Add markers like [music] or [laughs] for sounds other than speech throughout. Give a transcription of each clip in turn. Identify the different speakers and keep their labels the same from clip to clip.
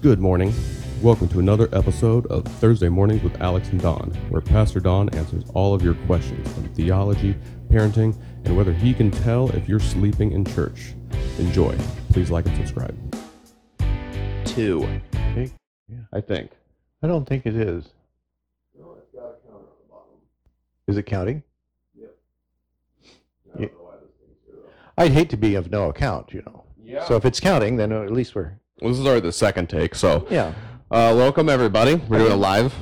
Speaker 1: Good morning. Welcome to another episode of Thursday Mornings with Alex and Don, where Pastor Don answers all of your questions on theology, parenting, and whether he can tell if you're sleeping in church. Enjoy. Please like and subscribe. Two,
Speaker 2: think- yeah.
Speaker 1: I think.
Speaker 2: I don't think it is. Is it counting? Yeah. I'd hate to be of no account, you know.
Speaker 1: Yeah.
Speaker 2: So if it's counting, then at least we're
Speaker 1: Well, this is already the second take, so
Speaker 2: yeah
Speaker 1: uh, welcome everybody. We're doing a live,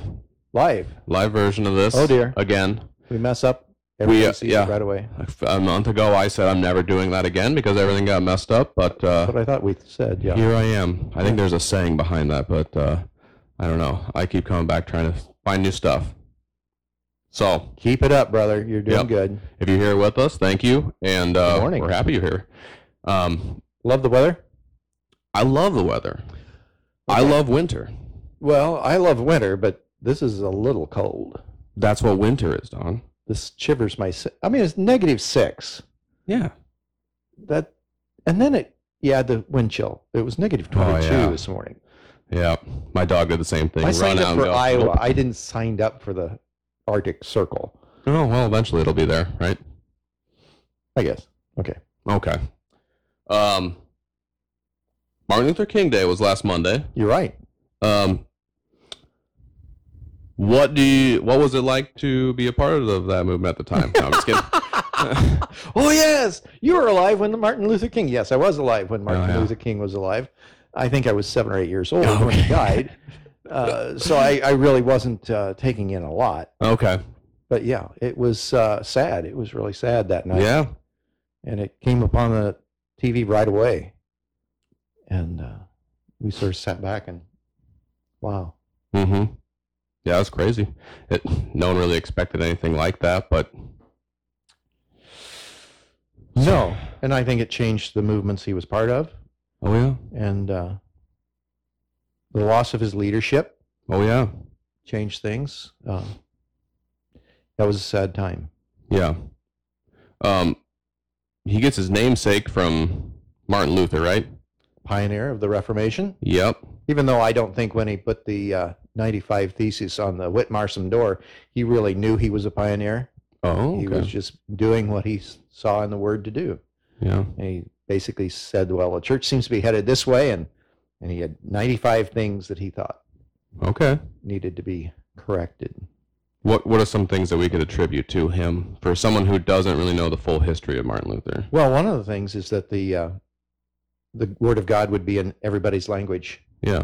Speaker 2: live.
Speaker 1: live version of this.
Speaker 2: Oh, dear.
Speaker 1: Again,
Speaker 2: We mess up, everybody
Speaker 1: uh,
Speaker 2: sees
Speaker 1: yeah.
Speaker 2: it right away.
Speaker 1: a month ago I said I'm never doing that again because everything got messed up, but uh,
Speaker 2: But I thought we said, yeah.
Speaker 1: Here I am. I think there's a saying behind that, but uh, I don't know. I keep coming back trying to find new stuff. So,
Speaker 2: Keep it up, brother. You're doing
Speaker 1: Yep.
Speaker 2: good.
Speaker 1: if you're here with us, thank you, and uh,
Speaker 2: Good morning.
Speaker 1: we're happy you're here. Um,
Speaker 2: Love the weather.
Speaker 1: I love the weather. I love winter.
Speaker 2: Well, I love winter, but this is a little cold.
Speaker 1: That's what winter is, Don.
Speaker 2: This shivers my. si- I mean, it's negative six.
Speaker 1: Yeah.
Speaker 2: That, and then it. Yeah, the wind chill. It was negative
Speaker 1: Oh,
Speaker 2: twenty-two
Speaker 1: yeah.
Speaker 2: this morning.
Speaker 1: Yeah. My dog did the same thing.
Speaker 2: I
Speaker 1: Run
Speaker 2: signed
Speaker 1: out
Speaker 2: up
Speaker 1: and
Speaker 2: for
Speaker 1: go,
Speaker 2: Iowa. I didn't sign up for the Arctic Circle.
Speaker 1: Oh, well, eventually it'll be there, right?
Speaker 2: I guess.
Speaker 1: Okay. Um, Martin Luther King Day was last Monday.
Speaker 2: You're
Speaker 1: [laughs]
Speaker 2: right. [laughs]
Speaker 1: Um, what do you? What was it like to be a part of that movement at the time? No, I'm
Speaker 2: [laughs]
Speaker 1: just kidding.
Speaker 2: oh yes, you were alive when the Martin Luther King. Yes, I was alive when Martin
Speaker 1: Oh, yeah. Oh,
Speaker 2: Luther King was alive. I think I was seven or eight years old when
Speaker 1: Okay.
Speaker 2: he
Speaker 1: [laughs]
Speaker 2: died. Uh, so I, I really wasn't uh, taking in a lot.
Speaker 1: Okay.
Speaker 2: But yeah, it was uh, sad. It was really sad that night.
Speaker 1: Yeah.
Speaker 2: And it came upon the TV right away. And uh, we sort of sat back and, wow.
Speaker 1: Mm-hmm. Yeah, that's crazy. It, no one really expected anything like that, but
Speaker 2: No. And I think it changed the movements he was part of.
Speaker 1: oh yeah,
Speaker 2: and uh, the loss of his leadership
Speaker 1: oh yeah,
Speaker 2: changed things. Uh, that was a sad time.
Speaker 1: yeah. Um, he gets his namesake from Martin Luther, right?
Speaker 2: Pioneer of the Reformation.
Speaker 1: Yep.
Speaker 2: Even though I don't think when he put the uh, 95 Theses on the Whitmarsum door, he really knew he was a pioneer.
Speaker 1: Oh,
Speaker 2: He
Speaker 1: okay.
Speaker 2: was just doing what he s- saw in the Word to do.
Speaker 1: yeah.
Speaker 2: And he basically said, "Well, the church seems to be headed this way," and and he had 95 things that he thought
Speaker 1: Okay.
Speaker 2: needed to be corrected.
Speaker 1: What What are some things that we could attribute to him for someone who doesn't really know the full history of Martin Luther?
Speaker 2: Well, one of the things is that the uh, the word of God would be in everybody's language,
Speaker 1: Yeah.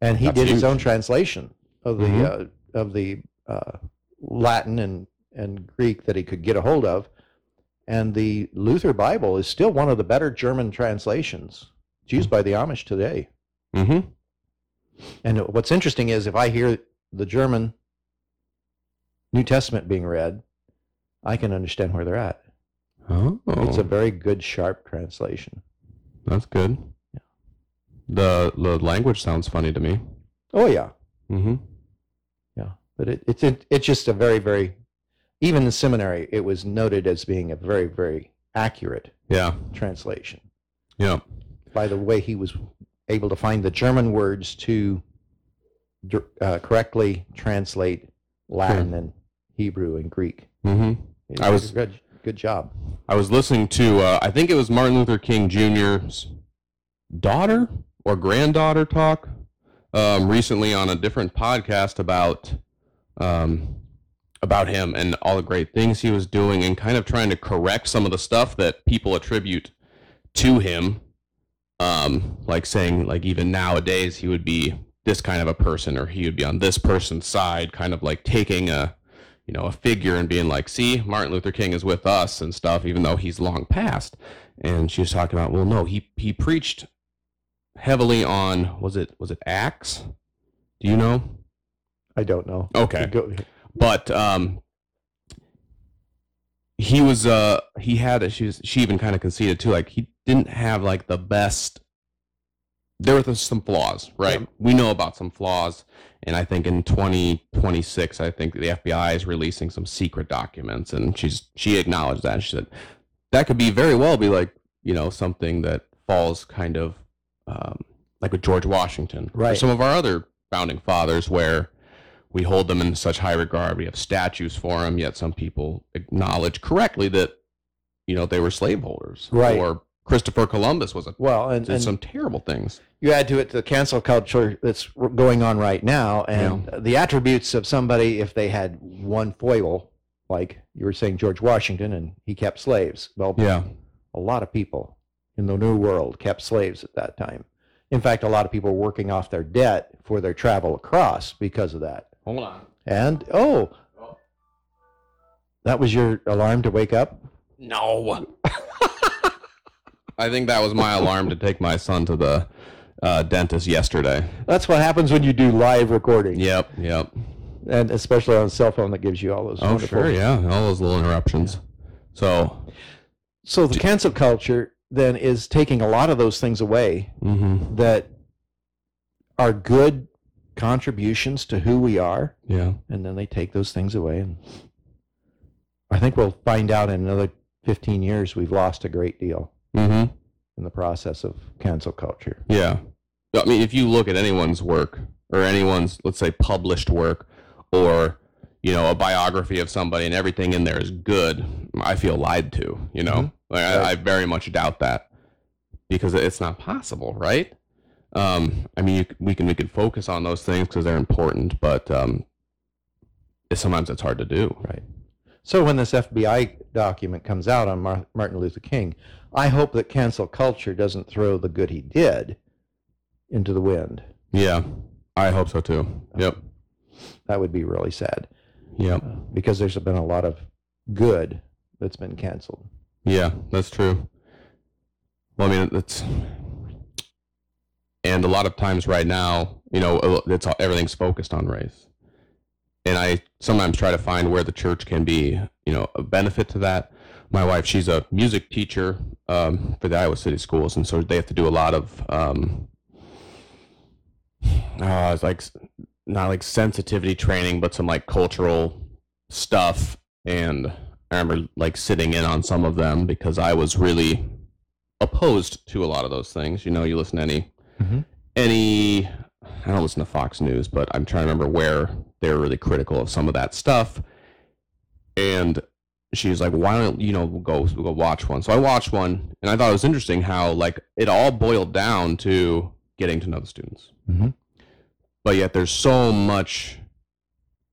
Speaker 2: and he
Speaker 1: That's
Speaker 2: did
Speaker 1: huge.
Speaker 2: his own translation of the
Speaker 1: Mhm.
Speaker 2: uh, of the uh, Latin and and Greek that he could get a hold of, and the Luther Bible is still one of the better German translations. It's used by the Amish today.
Speaker 1: Mm-hmm.
Speaker 2: And what's interesting is if I hear the German New Testament being read, I can understand where they're at.
Speaker 1: Oh,
Speaker 2: It's a very good, sharp translation.
Speaker 1: that's good. The the language sounds funny to me.
Speaker 2: Oh yeah.
Speaker 1: Mm-hmm.
Speaker 2: Yeah, but it, it's it, it's just a very very, even in seminary, it was noted as being a very very accurate
Speaker 1: Yeah,
Speaker 2: translation
Speaker 1: yeah,
Speaker 2: by the way he was able to find the German words to dir- uh, correctly translate Latin and Hebrew and Greek.
Speaker 1: mm-hmm.
Speaker 2: It
Speaker 1: Hmm. I was-
Speaker 2: a good good job.
Speaker 1: I was listening to uh, I think it was Martin Luther King Jr.'s daughter or granddaughter talk um, recently on a different podcast about um, about him and all the great things he was doing and kind of trying to correct some of the stuff that people attribute to him um, like saying like even nowadays he would be this kind of a person or he would be on this person's side kind of like taking a you know a figure and being like see martin luther king is with us and stuff even though he's long past and she was talking about well no he he preached heavily on was it was it acts do you know
Speaker 2: I don't know.
Speaker 1: okay
Speaker 2: Go-
Speaker 1: but um he was uh he had a, she was, she even kind of conceded too like he didn't have like the best there were some flaws right
Speaker 2: Yeah.
Speaker 1: we know about some flaws and i think in 2026 i think the fbi is releasing some secret documents and she's she acknowledged that she said that could be very well be like you know something that falls kind of um like with George Washington, or
Speaker 2: Right.
Speaker 1: some of our other founding fathers, where we hold them in such high regard. We have statues for them, yet some people acknowledge correctly that you know they were slaveholders,
Speaker 2: Right.
Speaker 1: Or Christopher Columbus was a,
Speaker 2: Well, and,
Speaker 1: did
Speaker 2: and
Speaker 1: some terrible things.
Speaker 2: you add to it the cancel culture that's r- going on right now, and the attributes of somebody if they had one foible, like you were saying George Washington, and he kept slaves. Well,
Speaker 1: Yeah,
Speaker 2: a lot of people in the New World kept slaves at that time. In fact, a lot of people were working off their debt for their travel across because of that.
Speaker 1: hold on.
Speaker 2: And oh, that was your alarm to wake up.
Speaker 1: No. [laughs] I think that was my alarm to take my son to the uh, dentist yesterday.
Speaker 2: That's what happens when you do live recording,
Speaker 1: Yep, yep.
Speaker 2: and especially on a cell phone that gives you all those.
Speaker 1: Oh,
Speaker 2: wonderful-
Speaker 1: sure, yeah. All those little interruptions. So,
Speaker 2: So the cancel culture then is taking a lot of those things away
Speaker 1: mhm,
Speaker 2: that are good contributions to who we are,
Speaker 1: yeah.
Speaker 2: and then they take those things away. And I think we'll find out in another 15 years we've lost a great deal
Speaker 1: hmm
Speaker 2: in the process of cancel culture.
Speaker 1: Yeah. I mean, if you look at anyone's work or anyone's, let's say, published work or, you know, a biography of somebody and everything in there is good, I feel lied to, you know?
Speaker 2: Mhm.
Speaker 1: Like, I, I very much doubt that because it's not possible, right? Um, I mean, you, c- we can we can focus on those things because they're important, but um, it- sometimes it's hard to do.
Speaker 2: Right. So when this FBI document comes out on Mar- Martin Luther King, I hope that cancel culture doesn't throw the good he did into the wind.
Speaker 1: Yeah, I hope so too. Yep,
Speaker 2: That would be really sad
Speaker 1: yep,
Speaker 2: because there's been a lot of good that's been canceled.
Speaker 1: yeah. That's true. Well, I mean, it's and a lot of times right now, you know, it's all- everything's focused on race, and I sometimes try to find where the church can be, you know, a benefit to that. My wife, she's a music teacher um, for the Iowa City schools, and so they have to do a lot of, um, uh, it's like not like sensitivity training, but some like cultural stuff. And I remember like sitting in on some of them because I was really opposed to a lot of those things. You know, you listen to any
Speaker 2: Mhm.
Speaker 1: any I don't listen to Fox News, but I'm trying to remember where they were really critical of some of that stuff. And she was like, "Why don't you know we'll go we'll go watch one?" So I watched one, and I thought it was interesting how like it all boiled down to getting to know the students
Speaker 2: Mm-hmm.
Speaker 1: but yet there's so much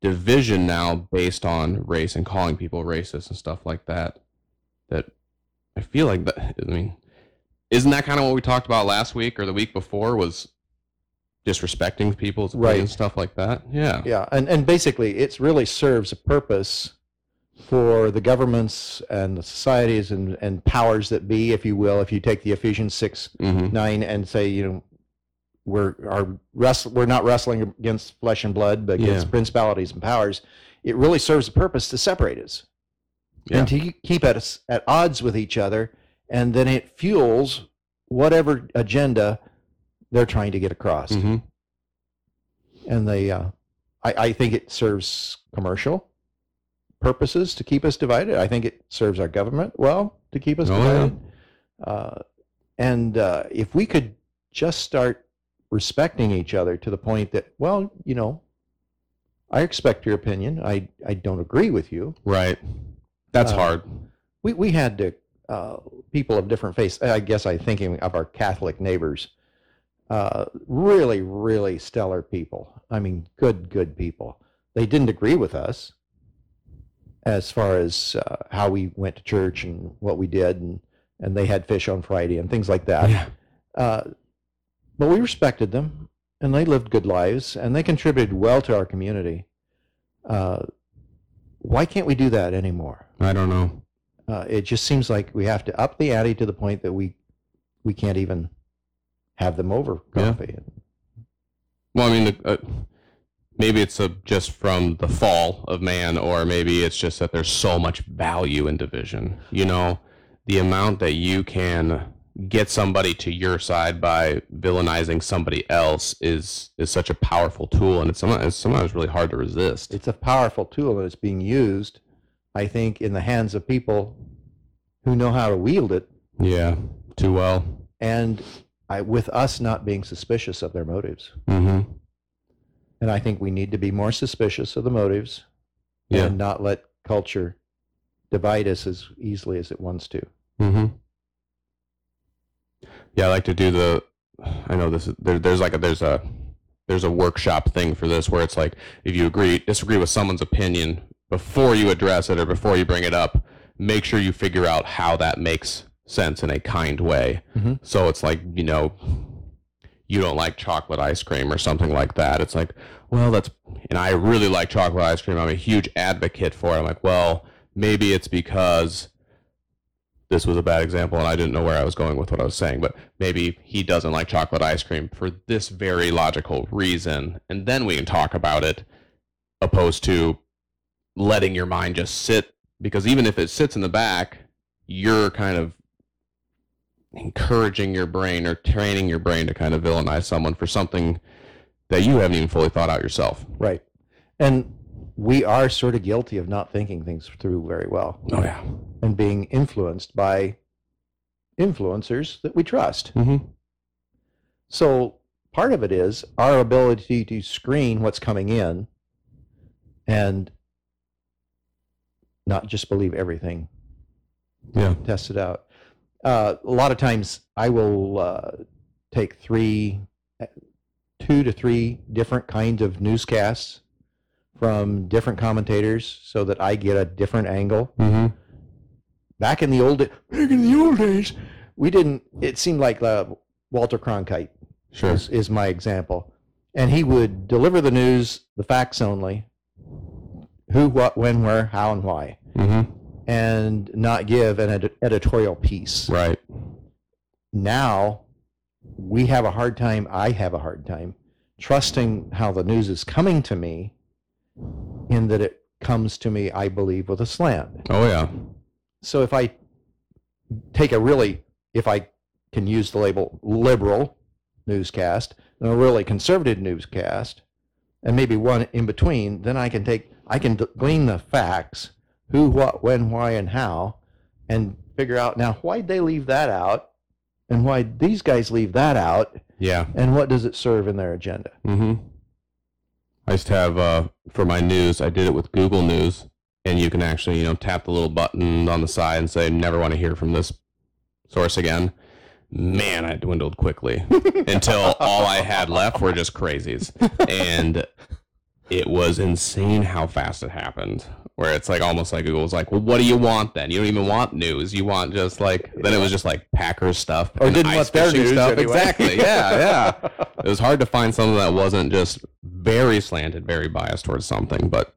Speaker 1: division now based on race and calling people racist and stuff like that that i feel like that i mean isn't that kind of what we talked about last week or the week before was disrespecting people's
Speaker 2: Right.
Speaker 1: right and stuff like that yeah
Speaker 2: Yeah, and, and basically, it really serves a purpose for the governments and the societies and, and powers that be, if you will, if you take the Ephesians 6
Speaker 1: hmm
Speaker 2: nine and say, you know, we're are wrestle, we're not wrestling against flesh and blood, but against principalities and powers. It really serves a purpose to separate us and to keep at us at odds with each other, and then it fuels whatever agenda they're trying to get across.
Speaker 1: hmm
Speaker 2: And they, uh, I, I think it serves commercial purposes to keep us divided. I think it serves our government well to keep us
Speaker 1: Oh, yeah.
Speaker 2: divided. Uh, and uh, if we could just start respecting each other to the point that, well, you know, I expect your opinion. I, I don't agree with you.
Speaker 1: right that's
Speaker 2: Uh,
Speaker 1: hard
Speaker 2: We, we had to, uh, people of different faiths, I guess I'm thinking of our Catholic neighbors, uh, really, really stellar people. I mean, good, good people. They didn't agree with us as far as uh, how we went to church and what we did, and, and they had fish on Friday and things like that.
Speaker 1: yeah
Speaker 2: Uh, but we respected them, and they lived good lives, and they contributed well to our community. Uh, why can't we do that anymore?
Speaker 1: i don't know
Speaker 2: Uh, it just seems like we have to up the ante to the point that we we can't even have them over
Speaker 1: Yeah.
Speaker 2: coffee.
Speaker 1: Well, I mean, uh, maybe it's a, just from the fall of man, or maybe it's just that there's so much value in division. You know, the amount that you can get somebody to your side by villainizing somebody else is is such a powerful tool, and it's sometimes, it's sometimes really hard to resist.
Speaker 2: It's a powerful tool, and it's being used, I think, in the hands of people who know how to wield it
Speaker 1: yeah, too well.
Speaker 2: and I, with us not being suspicious of their motives.
Speaker 1: Mm-hmm.
Speaker 2: And I think we need to be more suspicious of the motives
Speaker 1: Yeah.
Speaker 2: and not let culture divide us as easily as it wants to.
Speaker 1: Mm-hmm. Yeah, I like to do the. I know this. Is, there, there's like a there's a there's a workshop thing for this where it's like if you agree disagree with someone's opinion before you address it or before you bring it up, make sure you figure out how that makes sense in a kind way.
Speaker 2: Mhm.
Speaker 1: So it's like you know. You don't like chocolate ice cream or something like that. It's like, well, that's, and I really like chocolate ice cream. I'm a huge advocate for it. I'm like, well, maybe it's because this was a bad example and I didn't know where I was going with what I was saying, but maybe he doesn't like chocolate ice cream for this very logical reason. And then we can talk about it opposed to letting your mind just sit because even if it sits in the back, you're kind of encouraging your brain or training your brain to kind of villainize someone for something that you haven't even fully thought out yourself.
Speaker 2: Right. And we are sort of guilty of not thinking things through very well
Speaker 1: Oh yeah.
Speaker 2: and being influenced by influencers that we trust.
Speaker 1: Mm-hmm.
Speaker 2: So part of it is our ability to screen what's coming in and not just believe everything
Speaker 1: Yeah.
Speaker 2: test it out. Uh, a lot of times, I will uh, take three, two to three different kinds of newscasts from different commentators, so that I get a different angle.
Speaker 1: Mm-hmm.
Speaker 2: Back in the old, back in the old days, we didn't. It seemed like uh, Walter Cronkite
Speaker 1: Sure.
Speaker 2: is, is my example, and he would deliver the news, the facts only, who, what, when, where, how, and why,
Speaker 1: Mm-hmm.
Speaker 2: and not give an ed- editorial piece.
Speaker 1: Right.
Speaker 2: now we have a hard time i have a hard time trusting how the news is coming to me in that it comes to me i believe with a slant
Speaker 1: Oh yeah.
Speaker 2: so if i take a really if i can use the label liberal newscast and a really conservative newscast and maybe one in between then i can take i can glean the facts who what when why and how and figure out now why'd they leave that out and why these guys leave that out
Speaker 1: Yeah.
Speaker 2: and what does it serve in their agenda
Speaker 1: Mm-hmm. I used to have uh, for my news. I did it with Google News, and you can actually you know tap the little button on the side and say never want to hear from this source again. Man, I
Speaker 2: [laughs]
Speaker 1: dwindled quickly until all I had left were just crazies, and it was insane how fast it happened. Where it's like almost like Google was like, "Well, what do you want then? You don't even want news. You want just like." Then it was just like Packers stuff
Speaker 2: Or
Speaker 1: and
Speaker 2: didn't
Speaker 1: ice
Speaker 2: want their
Speaker 1: fishing
Speaker 2: news anyway.
Speaker 1: Exactly. Yeah. Yeah it was hard to find something that wasn't just very slanted, very biased towards something. But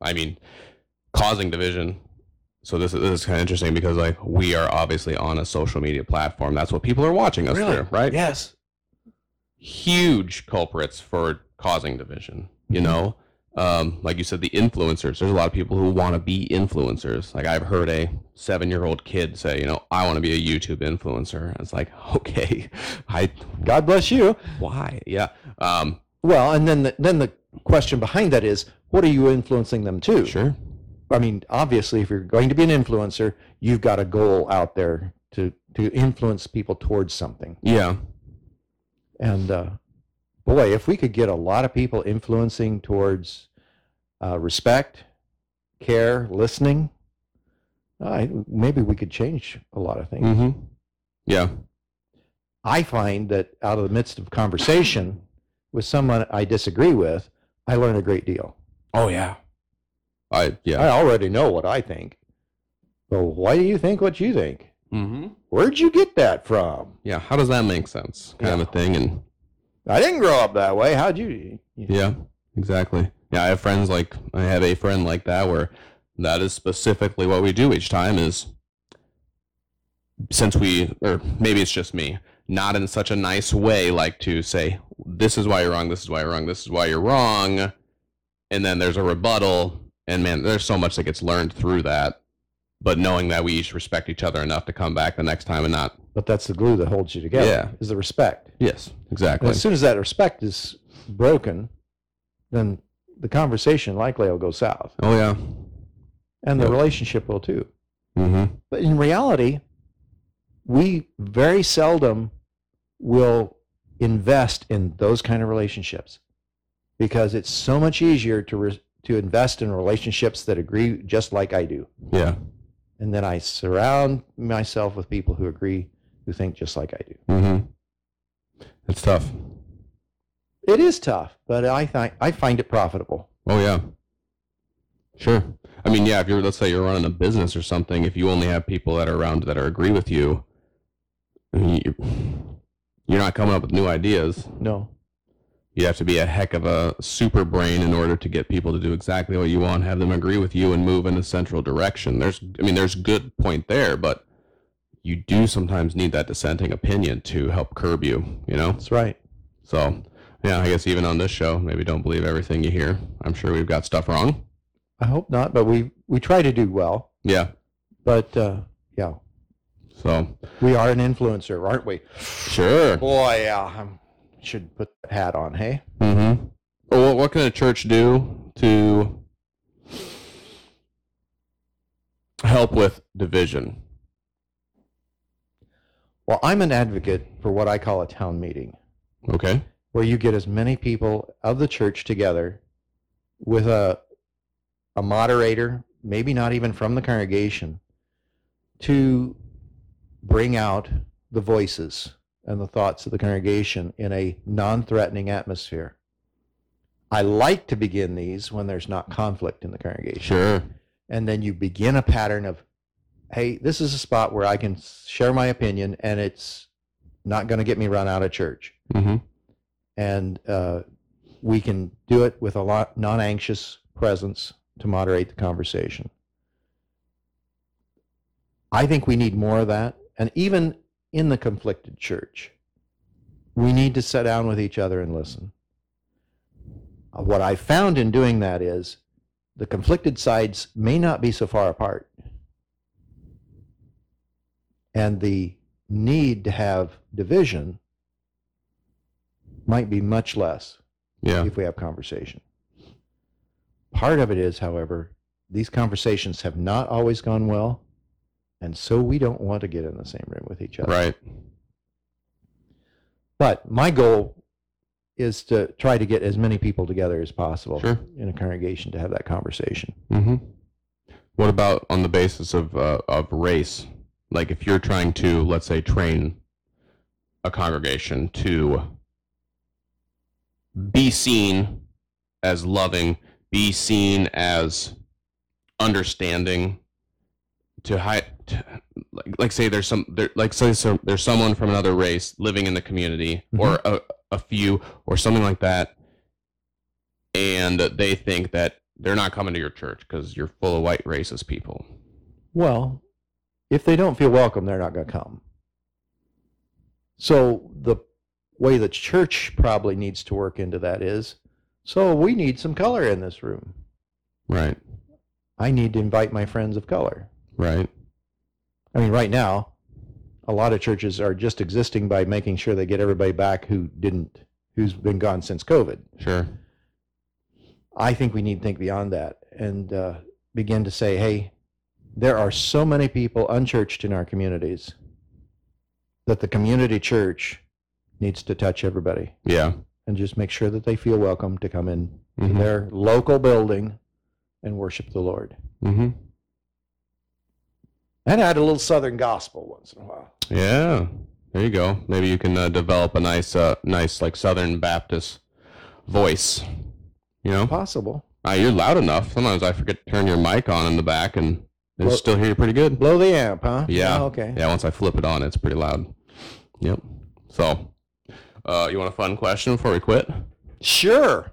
Speaker 1: I mean, causing division. So this is, this is kind of interesting because like we are obviously on a social media platform. That's what people are watching us
Speaker 2: Really?
Speaker 1: through, right?
Speaker 2: yes
Speaker 1: Huge culprits for causing division. You know, um, like you said, the influencers. There's a lot of people who want to be influencers. Like I've heard a seven-year-old kid say, you know, I want to be a YouTube influencer. It's like, [laughs] okay, I
Speaker 2: god bless you
Speaker 1: why? Yeah. Um,
Speaker 2: well and then the, then the question behind that is what are you influencing them to
Speaker 1: sure.
Speaker 2: I mean, obviously, if you're going to be an influencer, you've got a goal out there to to influence people towards something.
Speaker 1: Yeah.
Speaker 2: And uh, boy, if we could get a lot of people influencing towards uh, respect, care, listening, I, maybe we could change a lot of things.
Speaker 1: Mm-hmm. Yeah.
Speaker 2: I find that out of the midst of conversation with someone I disagree with, I learn a great deal.
Speaker 1: Oh yeah. I yeah.
Speaker 2: I already know what I think. But why do you think what you think?
Speaker 1: Mm-hmm.
Speaker 2: Where'd you get that from?
Speaker 1: Yeah. How does that make sense? Kind of a thing. And
Speaker 2: I didn't grow up that way. How'd you?
Speaker 1: yeah, exactly. Yeah, I have friends like I have a friend like that where that is specifically what we do each time is since we or maybe it's just me not in such a nice way like to say this is why you're wrong this is why you're wrong this is why you're wrong and then there's a rebuttal and man there's so much that gets learned through that but knowing that we each respect each other enough to come back the next time and not
Speaker 2: But that's the glue that holds you together.
Speaker 1: Yeah.
Speaker 2: Is the respect.
Speaker 1: yes
Speaker 2: And
Speaker 1: exactly
Speaker 2: as soon as that respect is broken, then the conversation likely will go south,
Speaker 1: oh yeah
Speaker 2: and the
Speaker 1: Yep.
Speaker 2: relationship will too.
Speaker 1: mm-hmm
Speaker 2: But in reality, we very seldom will invest in those kind of relationships because it's so much easier to re- to invest in relationships that agree just like I do.
Speaker 1: Yeah.
Speaker 2: And then I surround myself with people who agree, who think just like I do.
Speaker 1: Mm-hmm. It's tough.
Speaker 2: It is tough, but I think I find it profitable.
Speaker 1: Oh yeah. Sure. I mean, yeah. If you're, let's say you're running a business or something, if you only have people that are around that are agree with you, I mean, you're, you're not coming up with new ideas.
Speaker 2: No.
Speaker 1: You have to be a heck of a super brain in order to get people to do exactly what you want, have them agree with you, and move in a central direction. There's, I mean, there's good point there, but you do sometimes need that dissenting opinion to help curb you. You know.
Speaker 2: That's right.
Speaker 1: So, yeah, I guess even on this show, maybe don't believe everything you hear. I'm sure we've got stuff wrong.
Speaker 2: I hope not, but we we try to do well.
Speaker 1: Yeah.
Speaker 2: But uh, yeah,
Speaker 1: So,
Speaker 2: we are an influencer, aren't we?
Speaker 1: sure.
Speaker 2: Boy, yeah, I should put that hat on. Hey,
Speaker 1: Mm-hmm. Well, what, what can a church do to help with division?
Speaker 2: well, I'm an advocate for what I call a town meeting,
Speaker 1: Okay.
Speaker 2: where you get as many people of the church together with a a moderator, maybe not even from the congregation, to bring out the voices and the thoughts of the congregation in a non-threatening atmosphere. I like to begin these when there's not conflict in the congregation.
Speaker 1: Sure.
Speaker 2: and then you begin a pattern of hey this is a spot where i can share my opinion and it's not going to get me run out of church
Speaker 1: Mm-hmm.
Speaker 2: and uh, we can do it with a lot non-anxious presence to moderate the conversation i think we need more of that and even in the conflicted church we need to sit down with each other and listen Uh, what i found in doing that is the conflicted sides may not be so far apart and the need to have division might be much less
Speaker 1: Yeah.
Speaker 2: if we have conversation. Part of it is, however, these conversations have not always gone well, and so we don't want to get in the same room with each other.
Speaker 1: Right.
Speaker 2: But my goal is to try to get as many people together as possible
Speaker 1: Sure.
Speaker 2: in a congregation to have that conversation.
Speaker 1: Mm-hmm. What about on the basis of uh, of race? Like, if you're trying to, let's say, train a congregation to be seen as loving, be seen as understanding, to hide, like, like say there's some, there, like say some, there's someone from another race living in the community, or a, a few, or something like that, and they think that they're not coming to your church because you're full of white racist people.
Speaker 2: Well, if they don't feel welcome, they're not going to come. So the way the church probably needs to work into that is, so we need some color in this room.
Speaker 1: Right.
Speaker 2: I need to invite my friends of color.
Speaker 1: Right.
Speaker 2: I mean, right now, a lot of churches are just existing by making sure they get everybody back who didn't, who's been gone since COVID.
Speaker 1: Sure.
Speaker 2: I think we need to think beyond that and uh, begin to say, hey, there are so many people unchurched in our communities that the community church needs to touch everybody
Speaker 1: Yeah.
Speaker 2: and just make sure that they feel welcome to come in to
Speaker 1: Mhm.
Speaker 2: their local building and worship the Lord.
Speaker 1: Mm-hmm.
Speaker 2: And add a little Southern gospel once in a while.
Speaker 1: Yeah. There you go. Maybe you can uh, develop a nice, uh, nice like Southern Baptist voice. You know,
Speaker 2: Possible.
Speaker 1: Ah, you're loud enough. Sometimes I forget to turn your mic on in the back, and they
Speaker 2: Well-
Speaker 1: still hear you pretty good.
Speaker 2: Blow the amp, huh?
Speaker 1: Yeah.
Speaker 2: Oh, okay.
Speaker 1: Yeah. Once I flip it on, it's pretty loud. Yep. So, uh, you want a fun question before we quit? All
Speaker 2: Sure.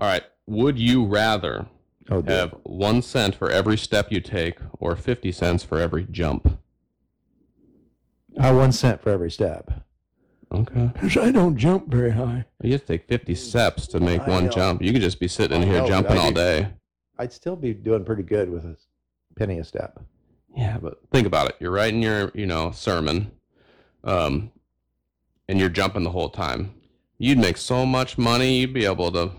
Speaker 1: right. Would you rather
Speaker 2: Oh,
Speaker 1: have one cent for every step you take or 50 cents for every jump.
Speaker 2: I one cent for every step.
Speaker 1: Okay.
Speaker 2: Because I don't jump very high.
Speaker 1: You have to take 50 steps to make
Speaker 2: I
Speaker 1: one
Speaker 2: know.
Speaker 1: jump. You could just be sitting in
Speaker 2: I
Speaker 1: here
Speaker 2: know, but
Speaker 1: jumping
Speaker 2: I
Speaker 1: all
Speaker 2: do-
Speaker 1: day.
Speaker 2: I'd still be doing pretty good with a penny a step.
Speaker 1: Yeah, but think about it. You're writing your, you know, sermon, um, and you're jumping the whole time. You'd make so much money. You'd be able to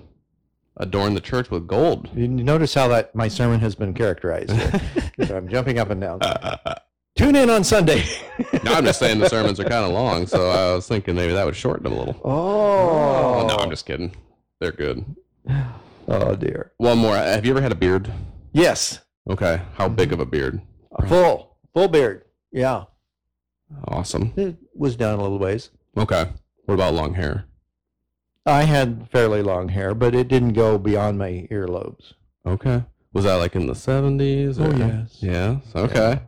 Speaker 1: adorn the church with gold.
Speaker 2: [laughs] You notice how that my sermon has been characterized. here. I'm jumping up and down. Tune in on Sunday.
Speaker 1: No, I'm just saying the sermons are kind of long, so I was thinking maybe that would shorten them a little.
Speaker 2: Oh.
Speaker 1: Oh, no, I'm just kidding. They're good.
Speaker 2: Oh dear.
Speaker 1: One more. Have you ever had a beard?
Speaker 2: Yes.
Speaker 1: Okay. How big of a beard?
Speaker 2: a Full. Full beard. Yeah.
Speaker 1: Awesome.
Speaker 2: It was down a little ways.
Speaker 1: Okay. What about long hair?
Speaker 2: I had fairly long hair, but it didn't go beyond my earlobes.
Speaker 1: Okay. Was that like in the 70s? or- Yes. Okay.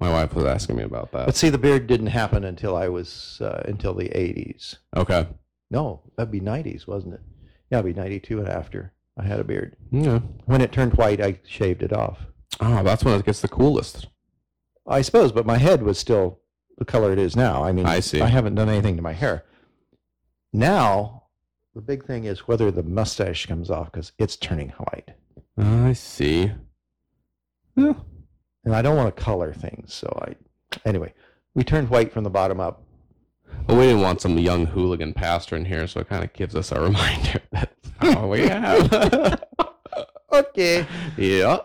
Speaker 1: My wife was asking me about
Speaker 2: But
Speaker 1: that.
Speaker 2: see, the beard didn't happen until I was uh, until the '80s.
Speaker 1: Okay.
Speaker 2: No, that'd be '90s, wasn't it? Yeah, it'd be '92 and after. I had a beard.
Speaker 1: Yeah.
Speaker 2: When it turned white, I shaved it off.
Speaker 1: Oh, that's when it gets the coolest.
Speaker 2: I suppose, but my head was still the color it is now. I mean,
Speaker 1: I see.
Speaker 2: I haven't done anything to my hair. Now, the big thing is whether the mustache comes off because it's turning white,
Speaker 1: I see. Yeah.
Speaker 2: and I don't want to color things. So I, anyway, we turned white from the bottom up.
Speaker 1: Well, we didn't want some young hooligan pastor in here, so it kind of gives us a [laughs] reminder that how we have. [laughs]
Speaker 2: Okay,
Speaker 1: yeah.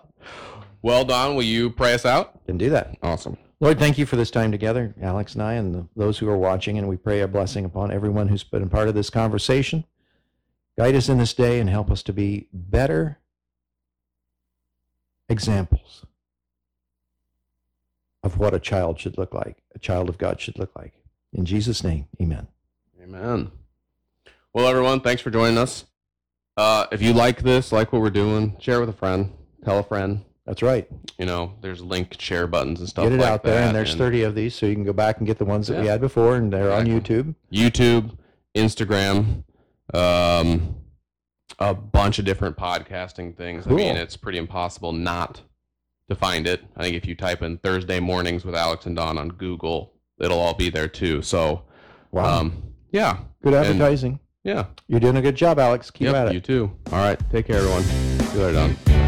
Speaker 1: Well, Don, will you pray us out?
Speaker 2: can do that.
Speaker 1: Awesome.
Speaker 2: Lord, thank you for this time together, Alex and I, and the, those who are watching. And we pray a blessing upon everyone who's been a part of this conversation. Guide us in this day and help us to be better examples of what a child should look like, a child of God should look like. In Jesus' name, amen.
Speaker 1: Amen. Well, everyone, thanks for joining us. Uh, if you like this, like what we're doing, share with a friend, tell a friend.
Speaker 2: That's right.
Speaker 1: You know, there's link share buttons and stuff.
Speaker 2: get it
Speaker 1: like
Speaker 2: out there.
Speaker 1: that,
Speaker 2: And there's 30 of these, so you can go back and get the ones that we
Speaker 1: Yeah.
Speaker 2: had before, and they're on
Speaker 1: Exactly.
Speaker 2: YouTube.
Speaker 1: YouTube, Instagram, um, a bunch of different podcasting things. I mean,
Speaker 2: Cool.
Speaker 1: it's pretty impossible not to find it. I think if you type in Thursday mornings with Alex and Don on Google, it'll all be there too. So,
Speaker 2: Wow.
Speaker 1: um, yeah,
Speaker 2: Good
Speaker 1: and-
Speaker 2: advertising.
Speaker 1: yeah,
Speaker 2: You're doing a good job, Alex. Keep
Speaker 1: yep,
Speaker 2: at it.
Speaker 1: you too. All right, take care, everyone. See you later, Don.